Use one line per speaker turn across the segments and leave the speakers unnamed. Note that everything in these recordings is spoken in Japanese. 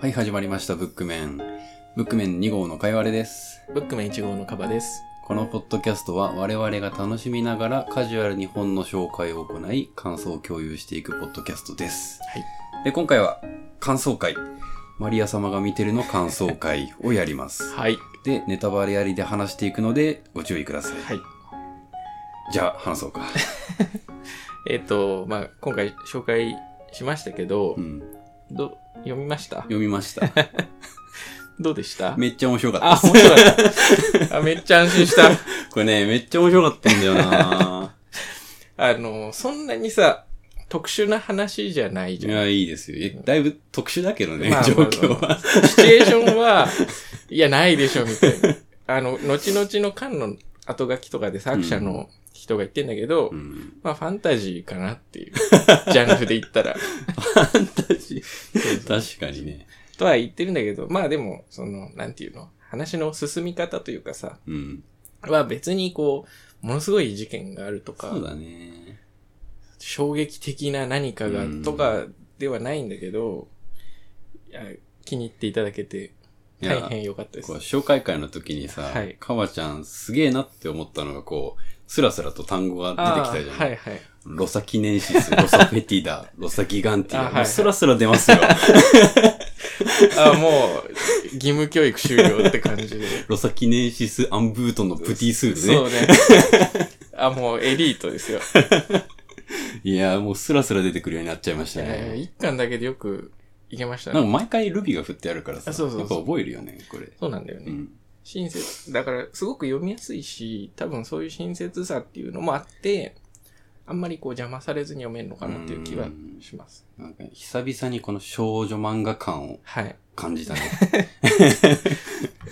はい、始まりました、ブックメン。ブックメン2号のかいわれです。
ブックメン1号のカバです。
このポッドキャストは我々が楽しみながらカジュアルに本の紹介を行い、感想を共有していくポッドキャストです。
はい。
で、今回は感想会。マリア様が見てるの感想会をやります。
はい。
で、ネタバレありで話していくのでご注意ください。
はい。
じゃあ、話そうか。
えっ、と、まあ、今回紹介しましたけど、
うん。
ど、読みました
読みました。
どうでした
めっちゃ面白かった
あ、
です。
面白かった。あ、めっちゃ安心した。
これね、めっちゃ面白かったんだよな
あの、そんなにさ、特殊な話じゃない
い
じゃん。
や、いいですよ。えだいぶ特殊だけどね、
まあまあ
状況は。
シチュエーションは、いや、ないでしょ、みたいな。あの、後々の巻の後書きとかで作者の人が言ってんだけど、
うん
まあ、ファンタジーかなって いう、ジャンルで言ったら。
ファンタジー。確かにね。
とは言ってるんだけど、まあでも、その、なんていうの、話の進み方というかさ、
うん。
は別にこう、ものすごい事件があるとか
そ、うだね。
衝撃的な何かが
うん
とかではないんだけど、いや気に入っていただけて、
いや
大変良かったです
こう。紹介会の時にさ、
はい
かわちゃんすげえなって思ったのが、こう、スラスラと単語が出てきたじゃん。
あーはいはい。
ロサキネンシス、 ロサペティダ、ロサギガンティダ、
あはい
もうスラスラ出ますよ。
あーもう、義務教育終了って感じで。
ロサキネンシス、アンブートンのプティスール
そう
ね。
ね。あ、もうエリートですよ。
いやー、もうスラスラ出てくるようになっ ちゃいまし
い
た
やいや
ね。
一巻だけでよくいけました
なん
ね。
か毎回ルビが振ってあるからさ、
あそうそうそう
やっぱ覚えるよね、これ。
そうなんだよね。
うん。
親切。だから、すごく読みやすいし、多分そういう親切さっていうのもあって、あんまりこう邪魔されずに読めるのかなっていう気はします。
なんか久々にこの少女漫画感を
はい。
感じた ね。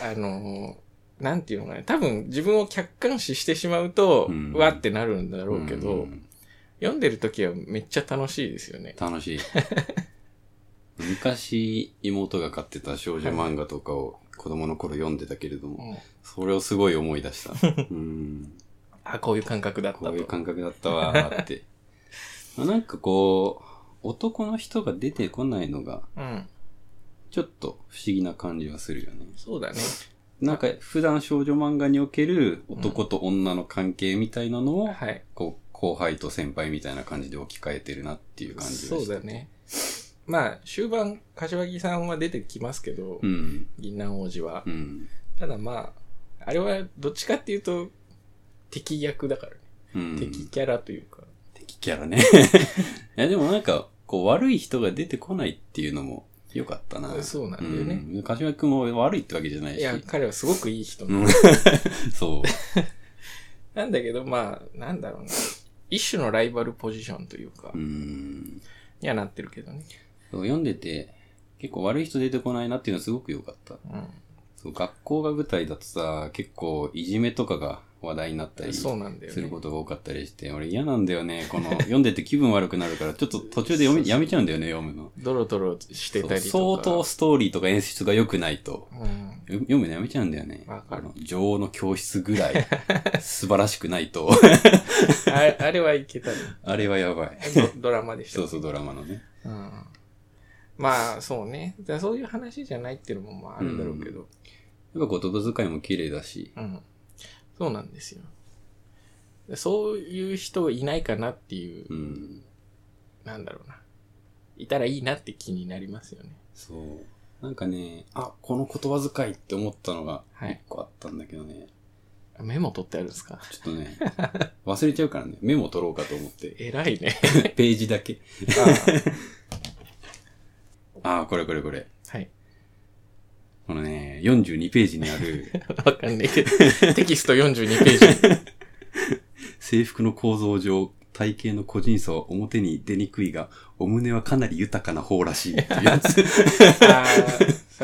あのーなんていうのかね。多分自分を客観視してしまうと、
うん
わってなるんだろうけど、
ん
読んでる時はめっちゃ楽しいですよね。
楽しい。昔、妹が買ってた少女漫画とかを子供の頃読んでたけれども、
うん
それをすごい思い出した。うん。
あ、こういう感覚だった。
ことういう感覚だったわーって。まあなんかこう、男の人が出てこないのが、
うん。
ちょっと不思議な感じはするよね。
そうだね。
なんか普段少女漫画における男と女の関係みたいなのを、
はい。
こう、後輩と先輩みたいな感じで置き換えてるなっていう感じが
そう
した。
だね。まあ、終盤、柏木さんは出てきますけど、
うん。
銀杏王子は。
うん。
ただまあ、あれはどっちかっていうと、敵役だからね。
うん。
敵キャラというか。
敵キャラ ね。いや、でもなんか、こう、悪い人が出てこないっていうのも良かったな。
そうなんだよね。
うん。柏木くんも悪いってわけじゃないし。
いや、彼はすごくいい人。
うん そう。
なんだけど、まあ、なんだろうな。一種のライバルポジションというか
う、ん。
にはなってるけどね。
そう読んでて、結構悪い人出てこないなっていうのはすごく良かった。
う
そう、学校が舞台だとさ、結構いじめとかが話題になったり
ん。
す
そうなんだよ
る
ね。
ことが多かったりして、俺嫌なんだよね。この、読んでて気分悪くなるから、ちょっと途中で読
そう
め、
そう
やめちゃうんだよね、読むの。
ドロドロしてたり
そう相
とか。
当ストーリーとか演出が良くないと。
うん。
よ読むのやめちゃうんだよね。
わかる
あの女王の教室ぐ らい素晴らしくないと、
あれあれはいけ たね。
あれはやばい。
ドドラマでした
そ
ね。
うそう、ドラマのね。
うん。まあ、そうね。だからそういう話じゃないっていうのもまああるんだろうけど。
やっぱ言葉遣いも綺麗だし。
うん。そうなんですよ。そういう人いないかなっていう、
うん。
なんだろうな。いたらいいなって気になりますよね。
そう。なんかね、あ、この言葉遣いって思ったのが
はい
一個あったんだけどね。
メモ取ってあるんですか
ちょっと ね、忘れちゃうからね、メモ取ろうかと思って。
偉いね。
ページだけ。
あ
ああ、これこれこれ。
あはい。
このね、42ページにある
わかんないけ ど。テキスト42ページ。
制服の構造上、体型の個人差は表に出にくいが、お胸はかなり豊かな方らしいっていうやつ。
ああ、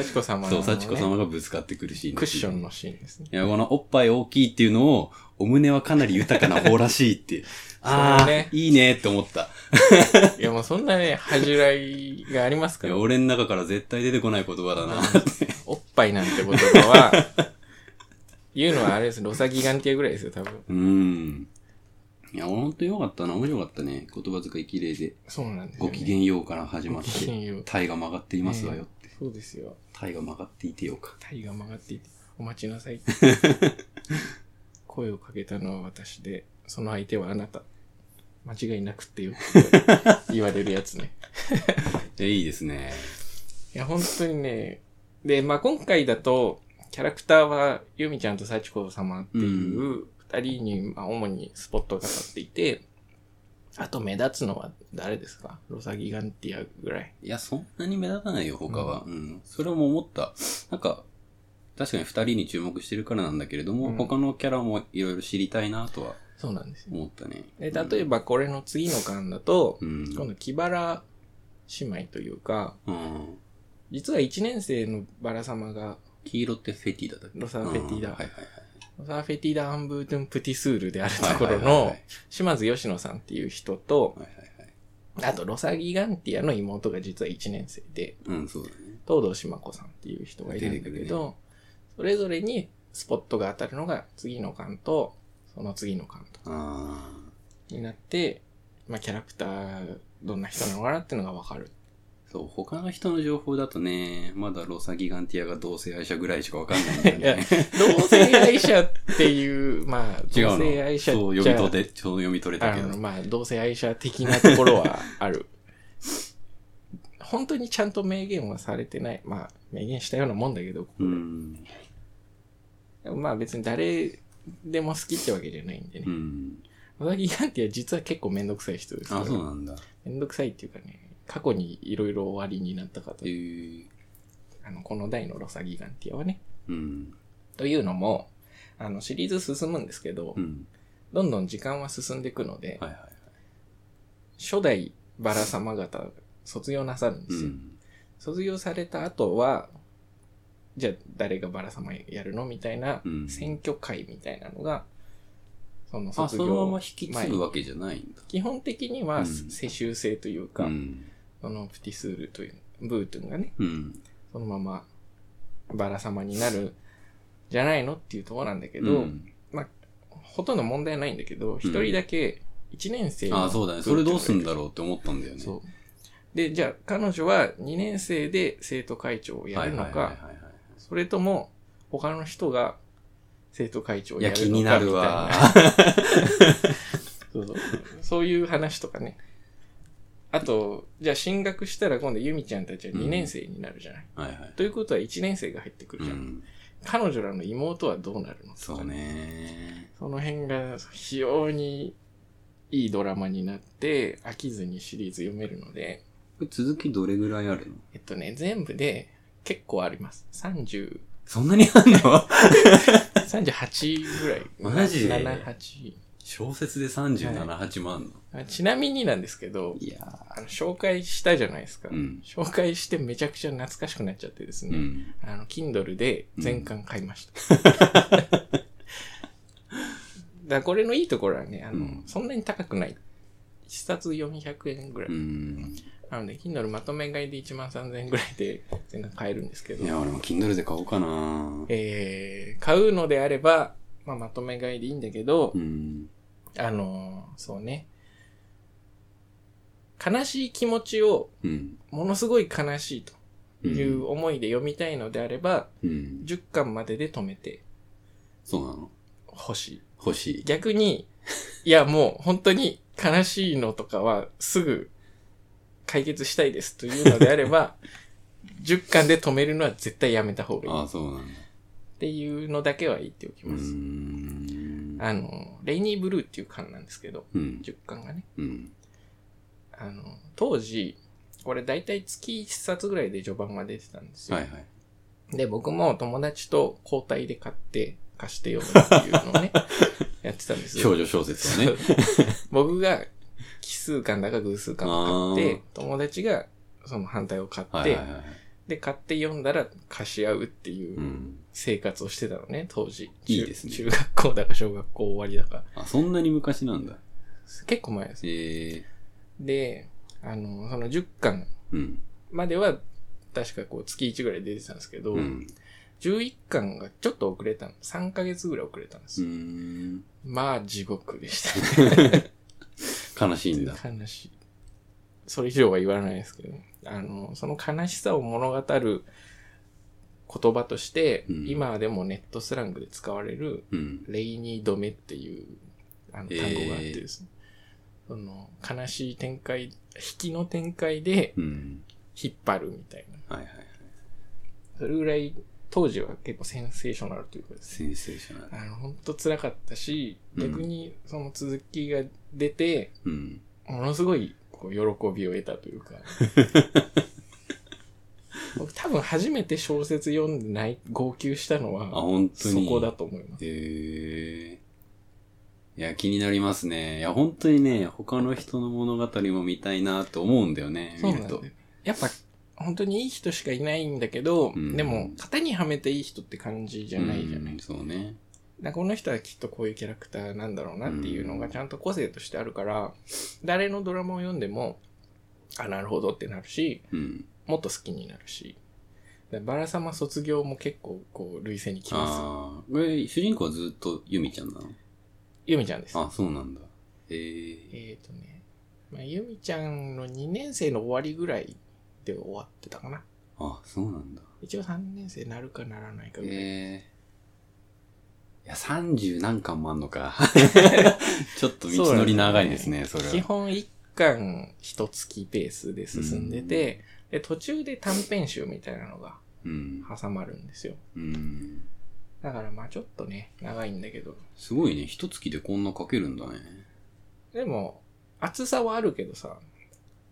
幸子様の、ね。
そう、幸子。様がぶつかってくるシーン。
クッション。のシーンですね。
いや、このおっぱい大きいっていうのを、お胸はかなり豊かな方らしいって。ああ、
そうね
いいねって思った。
いや、もうそんなね、恥じらいがあります
い
か
や、
ら。
俺の中から絶対出てこない言葉だ な。
おっぱいなんて言葉は、言うのはあれです。ロサギガンティアぐらいですよ、多分。
うん。いや、ほんとよかったな。面白かったね。言葉遣い綺麗で。
そうなんですよ、
ご
ね。
機嫌ようから始まっ
ごきげんよ
て
う、
体が曲がっていますわよって。
そうですよ。
タイが曲がっていてよか。
タイが曲がっていて、お待ちな さい。声をかけたのは私で、その相手はあなた。間違いなくってよく 言われるやつね。
え、いいですね。
いや、本当にね。で、まあ今回だと、キャラクターは、ユミちゃんと幸子様っていう二人に、まあ主にスポットが当たっていて、あと目立つのは誰ですかロサギガンティアぐらい。
いや、そんなに目立たないよ、他は。うん。それも思った。なんか、確かに二人に注目してるからなんだけれども、
うん
他のキャラもいろいろ知りたいなとは
そうなんですよ。
思ったね。
で、例えばこれの次の巻だと、
うん。
今度、木原姉妹というか、
うん。
実は1年生のバラ様が、
黄色ってフェティだだっけ
ロサフェティダ
うんはいはいはい。
ロサフェティダ・アンブートゥン・プティスールであるところ
はいはいはい
の、島津吉野さんっていう人と、
はいはいはい。
あと、ロサギガンティアの妹が実は1年生で、
うん、そうだね。
東堂島子さんっていう人がいるんだけ
出てくる
ど、それぞれにスポットが当たるのが次の巻と、その次の巻と
ああ。
になって、まあ、キャラクター、どんな人なのかなっていうのがわかる。
そう、他の人の情報だとね、まだロサギガンティアが同性愛者ぐらいしかわかんないんだよ
い や
ね。
同性愛者っていう、まあ、
違う
同
の。
性愛者っちゃ
そう、読み取れ、そう読み取れた
あ
けど
の、。まあ、同性愛者的なところはある。 本当にちゃんと明言はされてない。まあ、明言したようなもんだけど、
うん。
でもまあ別に誰でも好きってわけじゃないんで
う
ね。
ん。
小崎ガンティは実は結構めんどくさい人ですから。
あ、そうなんだ。
めんどくさいっていうかね、過去にいろいろ終わりになったかと
え
いう、
ー、
あの、この代のロサギガンティアはね。
うん。
というのも、あの、シリーズ進むんですけど、
うん。
どんどん時間は進んでいくので、
はいは
初代バラ様方が卒業なさるんで
い。う
すよ。
ん。
卒業された後は、じゃあ誰がバラ様やるのみたいな
うん
選挙会みたいなのが、その
あ、
卒
そのまま
業
引。き継ぐわけじゃないんだ。
基本的に
う
は
ん
世襲制という
う
か、
ん。
そのプティスールという、ブートゥンがね、
うん。
そのままバラ様になるじゃないのっていうところなんだけ
け
ど、ほとんど問題ないんだけど、一人だけ一年生の
あ、そうだね。それどうすんだろうって思ったんだよね。
そう。で、じゃあ彼女は2年生で生徒会長をや
はい
る
はい
のか、
はいはいは
それとも、他の人が生徒会長を
い。いや、
や
気
るの
に
か
な
み
る
たい
わ
な。。そうそうそういう話とかね。あと、じゃあ進学したら今度ユミちゃんたちは2年生になるじゃない。
はいはい。
ということは1年生が入ってくる
う
じゃん。
ん。
彼女らの妹はどうなるの
そう。ね。
その辺が非常にいいドラマになって、飽きずにシリーズ読めるので、
これ続きどれぐらいあるの
えっとね、全部で結構あります。30、
そんなにあんの
38ぐらい。
マジ
?7、8。
小説で37、8万あんの。
あちなみになんですけど、
いや
あの紹介したじゃないですか、
うん
紹介してめちゃくちゃ懐かしくなっちゃってです
ー。う
ね。
ん。
あの、Kindle で全巻買いました。だからこれのいいところはね、あの、
うん
そんなに高くない。一冊400円ぐらい。
うん。
なので、Kindle まとめ買いで1万3000円ぐらいで 全巻買えるんですけ
い
ど、
や、俺も Kindle で買おうかな。
えー、買うのであれば、まあ、まとめ買いでいいんだけど、
うん。
あのーそうね。悲しい気持ちを
うん。
ものすごい悲しいと
うん
いう思いで読みたいのであれば、
うん。
10巻までで止めて
そうなの
ほし
欲し
い。
い。
逆に、いやもう本当に悲しいのとかはすぐ解決したいですというのであれ ば、10巻で止めるのは絶対やめた方がいい。っ
ああ、そうなんだ。
ていうのだけは言っておき
うー
ます。
ん。
あの、レイニーブルーっていう巻なんですけど、
うん。
10巻がね。
うん。
あの、当時、これ大体月1冊ぐらいで序盤が出てたんですよ。
はいはい。
で、僕も友達と交代で買って貸して読むっていう のをね、やってたんです
少
よ。
女小説 をね。
僕が奇数巻だか偶数巻を買って、友達がその反対を買って、
はいはいはい。。
で、買って読んだら貸し合うっていううん生活をしてたのね、当時。
いいですね
中中学校だか小学校終わりだか。
あ、そんなに昔なんだ。
結構前です。
ええ
で、あの、その10巻
うん。
までは、確かこう月1ぐらいで出てたんですけど、
うん。
11巻がちょっと遅れたの。3ヶ月ぐらい遅れたんです
う
よ。
ーん。
まあ、地獄でしたね。
悲しいんだ。
悲しい。それ以上は言わないですけど、あの、その悲しさを物語る言葉として、
うん
今でもネットスラングで使われる、
うん。
レイニー止めっていうあの単
えー
語があってですね、その悲しい展開、引きの展開で
うん。
引っ張るみたいな。
はいはいはい。
それぐらい当時は結構センセーショナルというかですね
センセーショナル。
あの、ほんと辛かったし、
うん
逆にその続きが出て、
うん。
ものすごいこう喜びを得たという か。僕多分初めて小説読んでない、号泣したの
あ、
は、
本当
そ
に。
こだと思います。
えー、いや、気になりますね。いや、本当にね、他の人の物語も見たいなと思うんだよね、
そう
見
な
る
んだよ
と。。
やっぱ、本当にいい人しかいないんだけど、
うん
でも、型にはめていい人って感じじゃないじゃない。
うんそうね。
だからこの人はきっとこういうキャラクターなんだろうなっていうのがちゃんと個性としてあるから、誰のドラマを読んでも、あ、なるほどってなるし、
うん。
もっと好きになるし。だからバラ様卒業も結構、こう、類性にきます。
ああ、これ、主人公はずっとユミちゃんなの
ゆみちゃんです。
あ、そうなんだ。えー、
えっ、とね、まあ、ゆみちゃんの2年生の終わりぐらいで終わってたかな。
あ、そうなんだ。
一応3年生なるかならないかぐらい。
えー、いや、30何巻もあんの か。ちょっと道のり長いですね、それ
基
は。
本1巻1月ペースで進んでて、で途中で短編集みたいなのが
うん。
挟まるんですよ。
うん。
だからまあちょっとね、長いんだけど。
すごいね、一月でこんな書けるんだね。
でも、厚さはあるけどさ、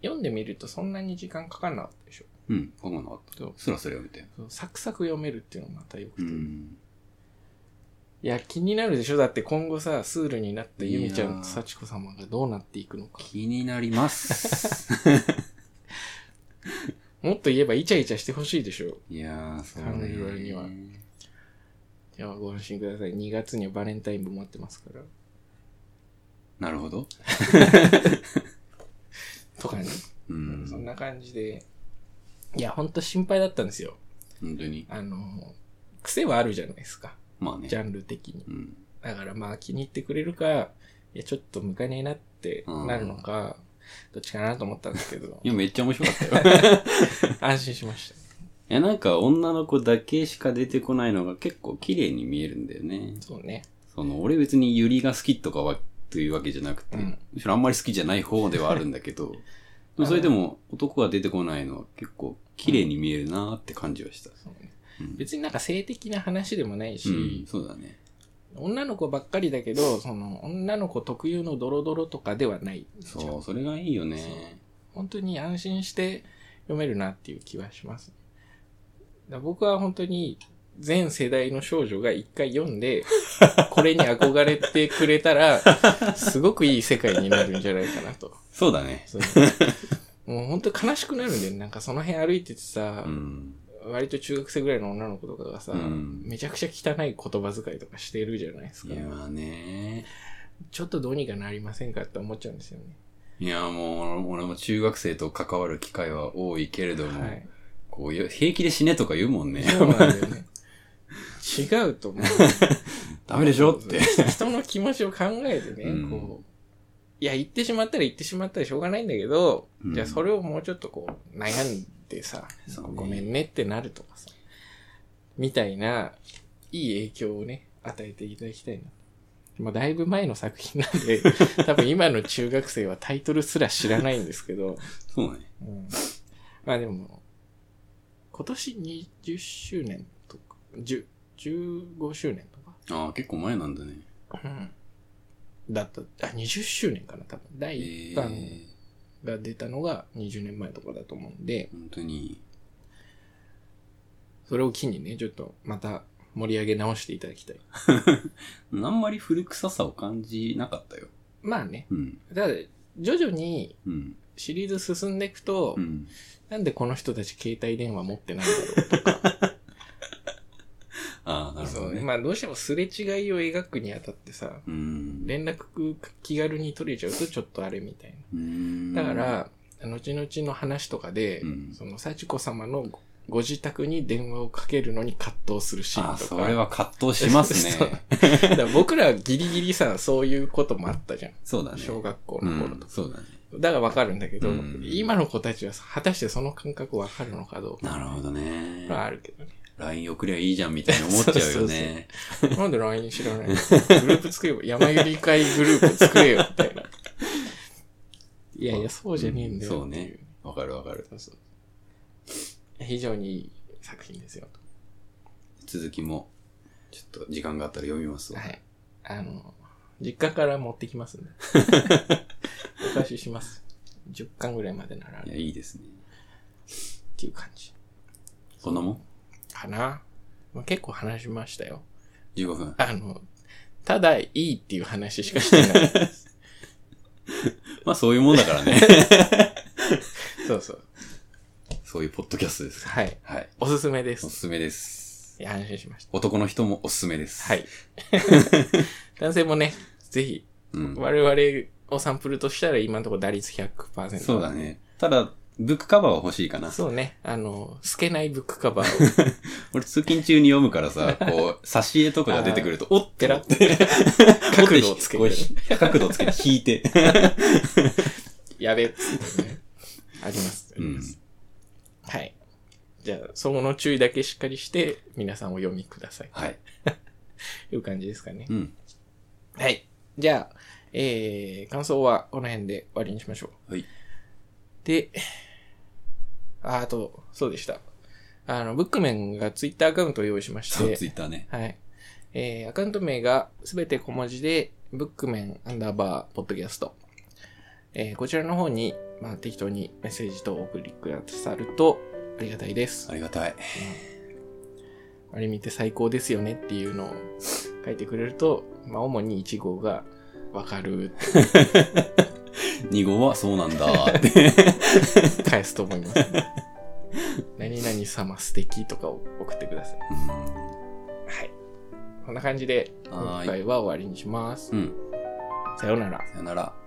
読んでみるとそんなに時間かかんなかったでしょ。
うん、書かなかった。
そう
スラスラ読めて。
そうサクサク読めるっていうのがまた良くて。
う
い
ん。
や、気になるでしょだって今後さ、スールになったゆみちゃ
いやー
んと幸子様がどうなっていくのか。
気になり ます。
もっと言えばイチャイチャしてほしいでしょ。
いやー、そう
彼女には
ね。
ではご安心ください。2月にはバレンタインも待ってますから。
なるほど。
とかね。
う
そん
ん。
な感じで。いや、ほんと心配だったんですよ。
本当に。
あの、癖はあるじゃないですか。
まあね
ジ。ャンル的に。
うん。
だからまあ気に入ってくれるか、いや、ちょっと向かねえなってなるのか、どっちかなと思ったんですけど
い、や、めっちゃ面白かったよ。い
安心しました。
や、なんか女の子だけしか出てこないのが結構綺麗に見えるんだよね。
そうね。
その、俺別にユリが好きとかは、というわけじゃなくて、
うん
むしろあんまり好きじゃない方ではあるんだけ ど、でもそれでも男が出てこないのは結構綺麗に見えるなーって感じはした。
そうね
うん
別になんか性的な話でもない
うん
し、
そうだね。
女の子ばっかりだけど、その女の子特有のドロドロとかではない。
そう、それがいいよね。
本当に安心して読めるなっていう気はします。だ僕は本当に全世代の少女が一回読 んで、これに憧れてくれたら、すごくいい世界になるんじゃないかなと。
そうだね。
そうもう本当悲しくなるんだよ。なんかその辺歩いててさ
う、ん。
割と中学生ぐらいの女の子とかがさ、
うん
めちゃくちゃ汚い言葉遣いとかしてるじゃないです
い
か
や。ーね
ちょっとどうにかなりませんかって思っちゃうんですよね。
いやーもう、俺も中学生と関わる機会は多いけれども、
はい。
こういう、平気で死ねとか言うもんね。
そうなんだよね。違うと思う。
ダメでしょって。
人の気持ちを考えてね、
うん
こう。いや、言ってしまったら言ってしまったらしょうがないんだけど、
うん
じゃあそれをもうちょっとこう、悩んでさ、
そうね
ごめんねってなるとかさ、みたいな、いい影響をね、与えていただきたいな。まあ、だいぶ前の作品なん で、多分今の中学生はタイトルすら知らないんですけど、
そうね。
うんまあでも、今年20周年とか、10 15周年とか、
ああ、結構前なんだね。
うんだった、あ、20周年かな、多分。
え
第1
ー、
弾が出たのが20年前とかだと思うんで、
本当に。
それを機にね、ちょっとまた盛り上げ直していただきたい。
あんまり古臭さを感じなかったよ。
まあね、
うん。
ただ、徐々に
うん。
シリーズ進んでいくと、
うん。
なんでこの人たち携帯電話持ってないんだろう
ああ、なるほ
そ
ど
うね。
ね。
まあどうしてもすれ違いを描くにあたってさ、
うん。
連絡気軽に取れちゃうとちょっとあれみたいな。
うん
だか、ら、後々の話とかで、
うん
その、幸子様のごご自宅に電話をかけるのに葛藤するシー
あ
ン
あ、
と
そ
か。
れは葛藤します
そう
ね。
だから僕らギリギリさ、そういうこともあったじゃん。
そうだね。
小学校の頃とか。
うんそうだね。
だがわかるんだけど、
うん
今の子たちは果たしてその感覚わかるのかどうか
なるほどね。
はあるけどね。
LINE 送りゃいいじゃんみたいに思っちゃうよね。
そうそうなんで LINE 知らないのグループ作れば、山百合会グループ作れよ、みた いな。いやいや、そうじゃねえんだよ。
そうね。わかるわかる。
そうそう。非常にいい作品ですよ。
続きも、ちょっと時間があったら読みますわ。
はい。あの、実家から持ってき ますんで。お返しします。10巻ぐらいまでならあ
い
る
や、いいですね。
っていう感じ。
そんなもん
かな。まあ、結構話しましたよ。
?15 分。
あの、ただいいっていう話しかしてない。
まあそういうもんだからね。
そうそう。
そういうポッドキャストです。
はい。
はい。
おすすめで
お
す。
すすめです。
いや、安心しました。
男の人もおすすめです。
はい。男性もね、ぜひ、
うん。
我々をサンプルとしたら今のところ打率100%。
そうだ。ね。ただ、ブックカバーは欲しいかな。
そうね。あの、透けないブックカバーを
俺通勤中に読むからさ、こ う、挿絵とかが出てくると、おって
ペ
な
ラ
っ。
ってて角度をつけ
こう
て。
ひ角度をつけて引い て。
やべっつってね。あります。あ
う
り
ん
ます。はい。じゃあ、その注意だけしっかりして、皆さんお読みください。
はい。
という感じですかね
う。ん。
はい。じゃあ、えー、感想はこの辺で終わりにしましょう。
はい。
で、ああと、そうでした。あの、ブックメンがツイッターアカウントを用意しまし
そう、
て
ツ、イッターね。
はい。えー、アカウント名がすべて小文字で、ブックメンアンダーバーポッドキャスト。えー、こちらの方に、まあ、適当にメッセージとお送りくださるとありがたいです。
ありがたい。
あれ見て最高ですよねっていうのを書いてくれると、まあ、主に1号がわかるって
2号はそうなんだって。
返すと思い ます、ね。何々様素敵とかを送ってください。はい。こんな感じで、
はーい
今回は終わりにします
う。ん。
さようなら。
さよなら。